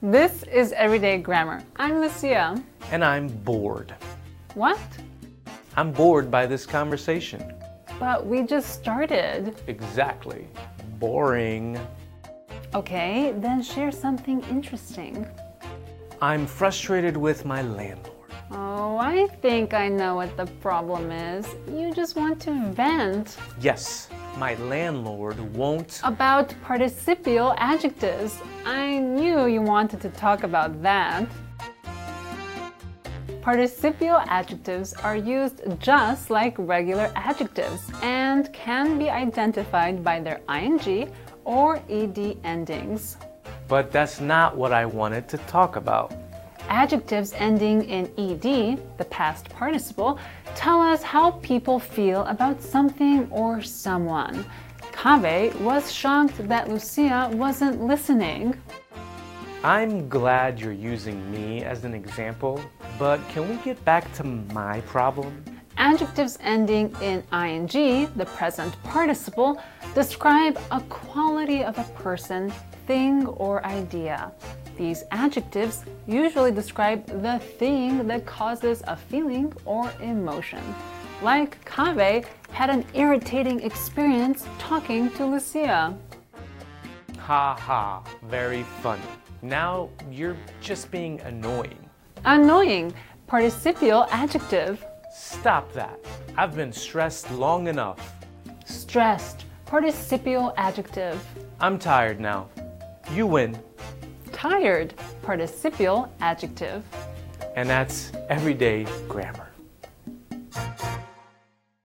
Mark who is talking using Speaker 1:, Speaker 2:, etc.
Speaker 1: This is Everyday Grammar. I'm Lucia.
Speaker 2: And I'm bored.
Speaker 1: What?
Speaker 2: I'm bored by this conversation.
Speaker 1: But we just started.
Speaker 2: Exactly. Boring.
Speaker 1: Okay, then share something interesting.
Speaker 2: I'm frustrated with my landlord.
Speaker 1: Oh, I think I know what the problem is. You just want to vent
Speaker 2: Yes, my landlord won't.
Speaker 1: about participial adjectives. I knew you wanted to talk about that. Participial adjectives are used just like regular adjectives and can be identified by their ing or ed endings.
Speaker 2: But that's not what I wanted to talk about.
Speaker 1: Adjectives ending in ed, the past participle, tell us how people feel about something or someone. Kaveh was shocked that Lucia wasn't listening.
Speaker 2: I'm glad you're using me as an example, but can we get back to my problem?
Speaker 1: Adjectives ending in ing, the present participle, describe a quality of a person, thing, or idea. These adjectives usually describe the thing that causes a feeling or emotion. Like Kaveh had an irritating experience talking to Lucia.
Speaker 2: Ha ha, very funny. Now you're just being annoying.
Speaker 1: Annoying, participial adjective.
Speaker 2: Stop that. I've been stressed long enough.
Speaker 1: Stressed, participial adjective.
Speaker 2: I'm tired now. You win.
Speaker 1: Tired, participial adjective.
Speaker 2: And that's everyday grammar.